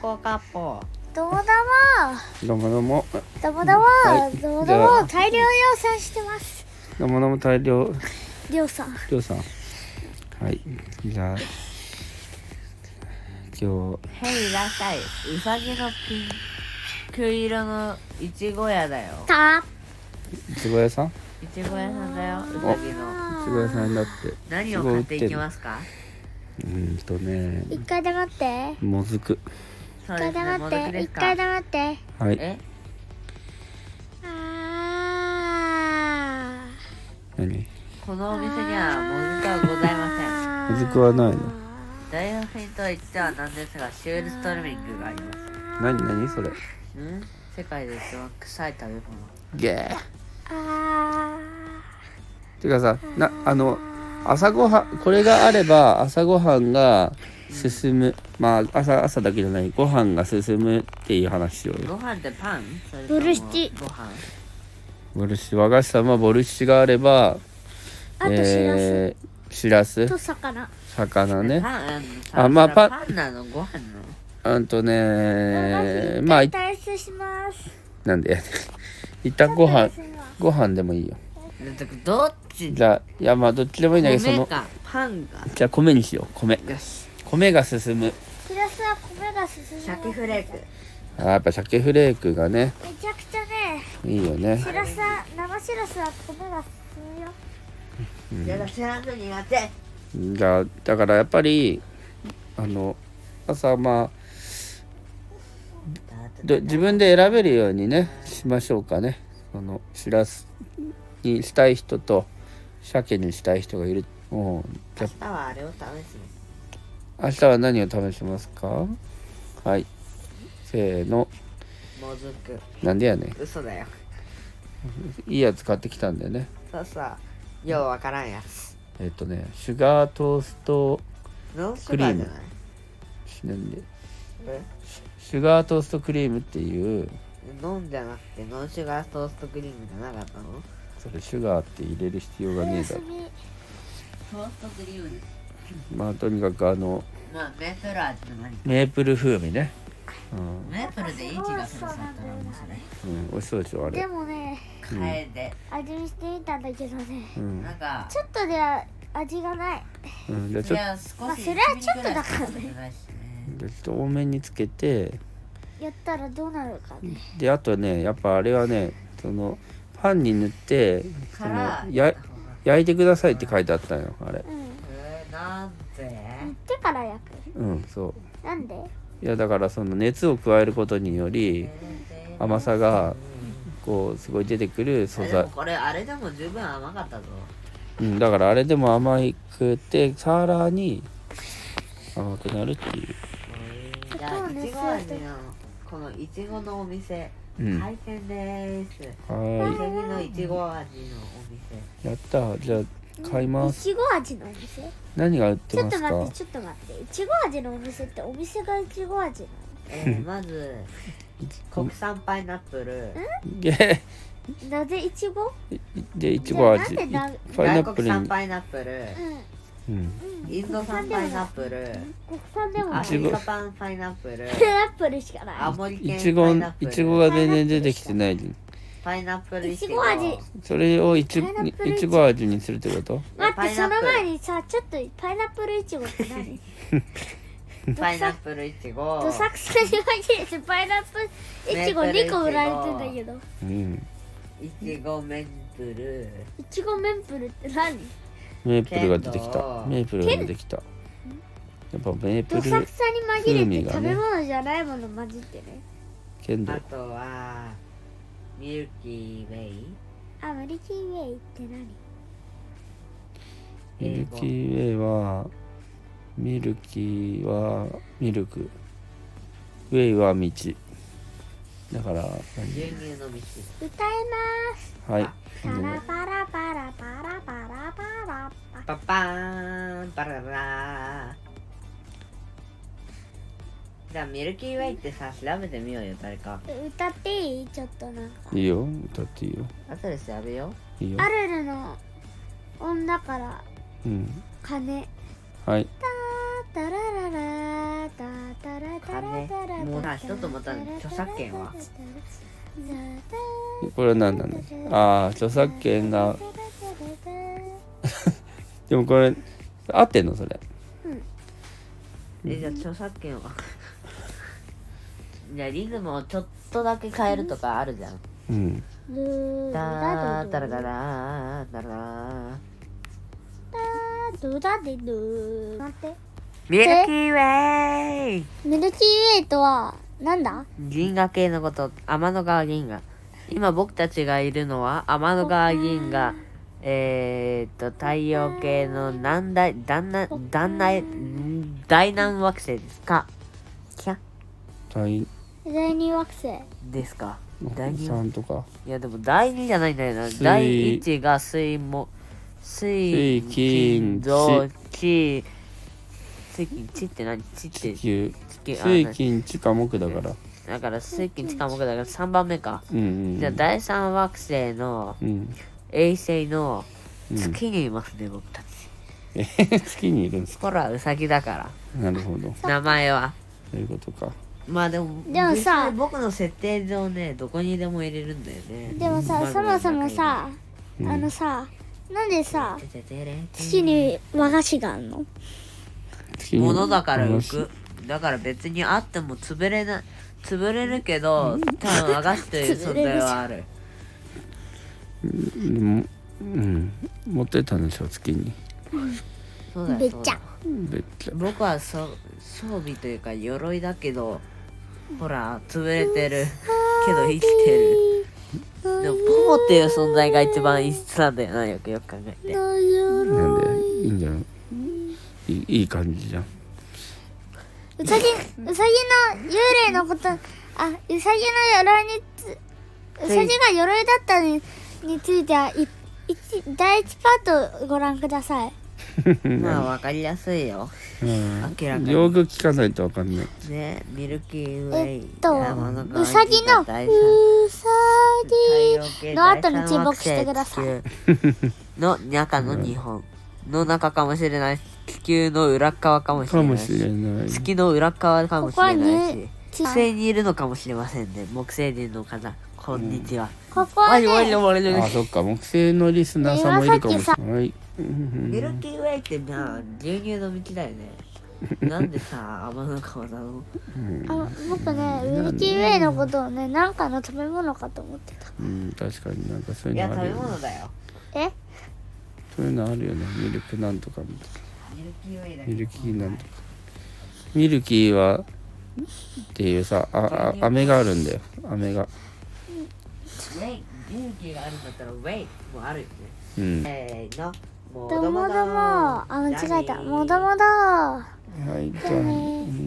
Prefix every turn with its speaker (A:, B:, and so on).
A: ぽかぽ。
B: どうもどうも
C: どうもど
B: どう
C: うも
B: もどうも、
C: はい
B: どうも
C: じ
B: ど
C: ゃ
B: う
C: あ
B: も大量量産してます
C: どうもどうも大量
B: 量産
C: りょうさんはいじゃあ今
A: へいいらっしゃい。うさぎのピンク色のいちご屋だよ。
B: た
C: 日いちご屋さんい
A: いちご屋さんだよ。うさぎの。
C: ちご屋さんだって
A: 何を買っていきますか。
C: うーんとね
B: 一回黙って
C: もずく
A: そう
B: 一
A: ですね。
B: 回黙
A: も
B: っ
A: ずく
B: て
A: で
B: 一
A: すか
B: 回。黙って
C: はい
A: え、
B: あ
C: 何
A: このお店にはもずくはございません。
B: ー
C: もずくはないの
A: 代表品とは言ってはなんですが、シュールストルミングがあります。
C: 何何それ
A: うん？世界で一番臭い食べ物。
C: ゲー
B: あ
C: てかさなあの朝ごはんこれがあれば朝ごはんが進む、まあ朝朝だけじゃないご飯が進むっていう話を
A: ご飯ってパン？それとも
B: ブルシチ
A: ご飯。
C: ボルシ和菓子さんはボルシチがあれば
B: あとしらす
C: えーしら
B: ーと
C: す
B: 魚
C: 魚ね
A: パン
C: あまあパン
A: パンなのご飯なの。
C: うんとねま
B: ま
C: あ
B: あ
C: い
B: 一回退出します
C: なん で一旦ご飯
B: 退出します
C: ご飯でもいいよ
A: だってどっち
C: じゃあいやまあどっちでもいいんだけどそ
A: 米
C: の
A: かパンか
C: じゃあ米にしよう米
A: よし
C: 米が進む
B: しらすは米が進む
A: 鮭フレーク
C: あーやっぱ鮭フレークがね
B: めちゃくちゃね
C: いいよね
B: しらすは生しらすは米が進むよ
A: やだ知らず苦手
C: じゃあだからやっぱりあの朝まあど自分で選べるようにねしましょうかねそのしらすにしたい人と鮭にしたい人がいるもうじゃ
A: 明日はあれを試す
C: あ明日は何を試しますかはいせーの
A: もずく
C: なんでやね
A: 嘘だよ
C: んいいやつ買ってきたんだよね
A: そうそうようわからんやつ
C: えっとねシュガートースト
A: ノンシュガーじゃない
C: なんで
A: え
C: シュガートーストクリームっていう
A: ノンじゃなくてノンシュガートーストクリームじゃなかったの
C: それシュガーって入れる必要がねえだろ
A: トーストクリーム
C: まあとにかくあの
A: まあメープル味の何
C: メープル風味ねうん、
A: メープルで位置がするさったら面
C: うん、美味しそうでしょあ
B: で
C: れ、
B: もね
A: 白いカエデ
B: 味見してみたんだけどね
C: うん
A: なんか
B: ちょっとでは味がない
C: うん、じゃあち
A: い
C: ょっ
A: や少
B: まあ
A: し
B: それはちょっとだからね
A: 一ミリぐらいしか少な
C: とじゃあちょっと多めにつけて
B: やったらどうなるかね
C: であとねやっぱあれはねそのパンに塗ってその
A: から
C: や焼いてくださいって書いてあったのよあれ
B: うん
A: えー、なん
B: 塗っ
A: で
B: てから焼く
C: うんそう
B: なんで
C: いやだからその熱を加えることにより甘さがこうすごい出てくる素
A: えでも
C: 材、
A: これあれでも十分甘かったぞ
C: うん、だからあれでも甘くてさらに甘くなるっていう
A: じゃあいちご味のこのいちごのお店、
C: うん
A: 開店でーす
C: は
A: 次のいちご味の
C: ーいやったーじゃあ買いま
B: い
C: す
B: ちご味のお店
C: 何が売っ
B: ち
C: て
B: ょっ
C: ま
B: と
C: す
B: 待っ
C: か
B: てちょっと待っていちご味のお店ってお店がいちご味なの
A: お店、 えー、まず国産パイナップル
C: で
B: なぜいちご
C: でいちご味
B: じゃあなんで
C: パイナッ
A: 外
C: プ
A: 国
C: ル
A: 産
C: に
A: パイナップル
B: う
C: うん
B: んうん
A: インド産パイナップル
B: 国産でもない
A: ア
C: い
A: フ
C: ち
A: リ
C: ご
A: カパンパイナップル
B: パイナップルしかな
A: 青森
C: い
A: 県
C: ち
A: パ
C: ご
A: イナップ
C: い
A: ル
C: ちごが全然出てきてない
A: パイナップル
B: いちご味
C: それをいち
B: パイナップル
C: いちご味にするってこと
B: 待っ
A: パ
B: て
A: イ
B: そ
A: ナップル
B: の前にさちょっとパイナップルいちごって何
A: パイナップルいちご
B: どさくさに紛れてパイナップルいちご2個売られてんだけど
C: うん
A: いちごメンプル
B: いちごメンプルって何
C: メープルが出てき
A: け
C: た
A: ど
C: メープルが出てきたやっぱメープ
B: どさ
C: ル
B: くさに紛れて食べ物じゃないもの混じってね
C: けど
A: あとはミルキーウェイ
B: あミルキーウェイって何
C: ミルキーウェイはミルキーはミルクウェイは道だから
A: 牛乳の道
B: 歌います
C: はい
B: パラパラパラパラパラパラパ
A: パパーンパララーじゃあミルキーウェイってさ調べてみようよ誰か
B: 歌っていいちょっとなんか
C: いいよ歌っていいよ
A: 後で調べよ
C: いいよ
B: アルルの女から
C: うん
B: 鐘
C: はい
B: タラララ
A: 金もらしたと思ったのに著作権は
C: これは何なのああ著作権がでもこれ合ってんのそれ
A: えじゃあ著作権は じゃあリズムをちょっとだけ変えるとかあるじゃん
C: うん
A: ダーダラダラーダラー
B: なんて
A: ミルキーウェイ
B: ミルキーウェイとはなんだ
A: 銀河系のこと天の川銀河今僕たちがいるのは天の川銀河えー、っと太陽系の南大大南大南大南惑星ですかキャ
C: 第
B: 第二惑星
A: ですか第二
C: 3とか
A: いやでも第2じゃないんだよな
C: 水
A: 第1が水も水
C: 水金
A: 土地水金地って何地って
C: 地球
A: 地球あ
C: 水金地下木だから
A: だから水金地下木だから3番目か、
C: うんうん
A: じゃあ第3惑星の
C: うん
A: 衛星の
C: うん
A: 月にいますね、僕たち
C: えへへ月にいるんですか
A: ほらウサギだか
C: なるほど
A: ら名前は
C: そういうことか
A: まあでも
B: でもさ
A: 実際僕の設定上ねどこにでも入れるんだよね
B: でもさ
A: うん
B: そもそもさ
C: うん
B: あのさなんでさ土に和菓子があるの
C: 月に
A: ものだから浮くだから別にあっても潰れない潰れるけど多分和菓子という存在はあ る
C: うんうん持ってったんでしょ月に
A: そうだ
B: べ
A: よ
B: っ
A: そう
B: ち
A: だ
B: ゃ
A: よ
C: べっちゃ
A: 僕はそ装備というか鎧だけどほら潰れてるけど生きてるでもポモっていう存在が一番異質なんだよなよくよく考えて
C: なんでいいんじゃないいいいい感じじゃん
B: うさぎうさぎの幽霊のことあうさぎの鎧につうさぎが鎧だったにについてはい一第一パートをご覧ください
A: まあわかりやすいよ
C: うん
A: 明らかに
C: よく聞かないとわかんない
A: ねミルキーウ
B: え
A: ェイ
B: っと
A: 山の川
B: うさぎの
A: 銀河第三
B: うさぎの後
A: 後
B: に沈黙してください
A: い。の中の日本の中かもしれないし地球の裏側かもし
C: か
A: れな
C: も
A: い
C: しれ
A: し
C: ない
A: 月の裏側かもしれないし
B: ここ
A: 木
B: はね
A: 星にいるのかもしれませんね木星人の方こんにちは。
B: ここはね
A: 俺
C: あそっか木星のリスナーさんもいるかもしれないはい
A: ミルキーウェイってな牛乳の道だよ ね。なんでさ天の川なの？
B: あ僕ねウィルキーウェイのことをね何かの食べ物かと思ってた
C: うん確かになんかそう
A: い
C: いう
A: や
C: の
A: 食
C: ある
A: べ
C: よね
A: 物だよ。
B: え
C: そういうのあるよねミルクなんとかみたい
A: ミルキーウェイだ
C: な
A: け
C: ミ
A: ど
C: ルキーなんとかミルキーはっていうさああ飴があるんだよ飴が
A: ウェイミルキーがあるんだったらウェイもあるよね。
C: うんは
A: せーの。も
B: どもどもあ間違えたもど
A: も
B: もど
C: いじゃあ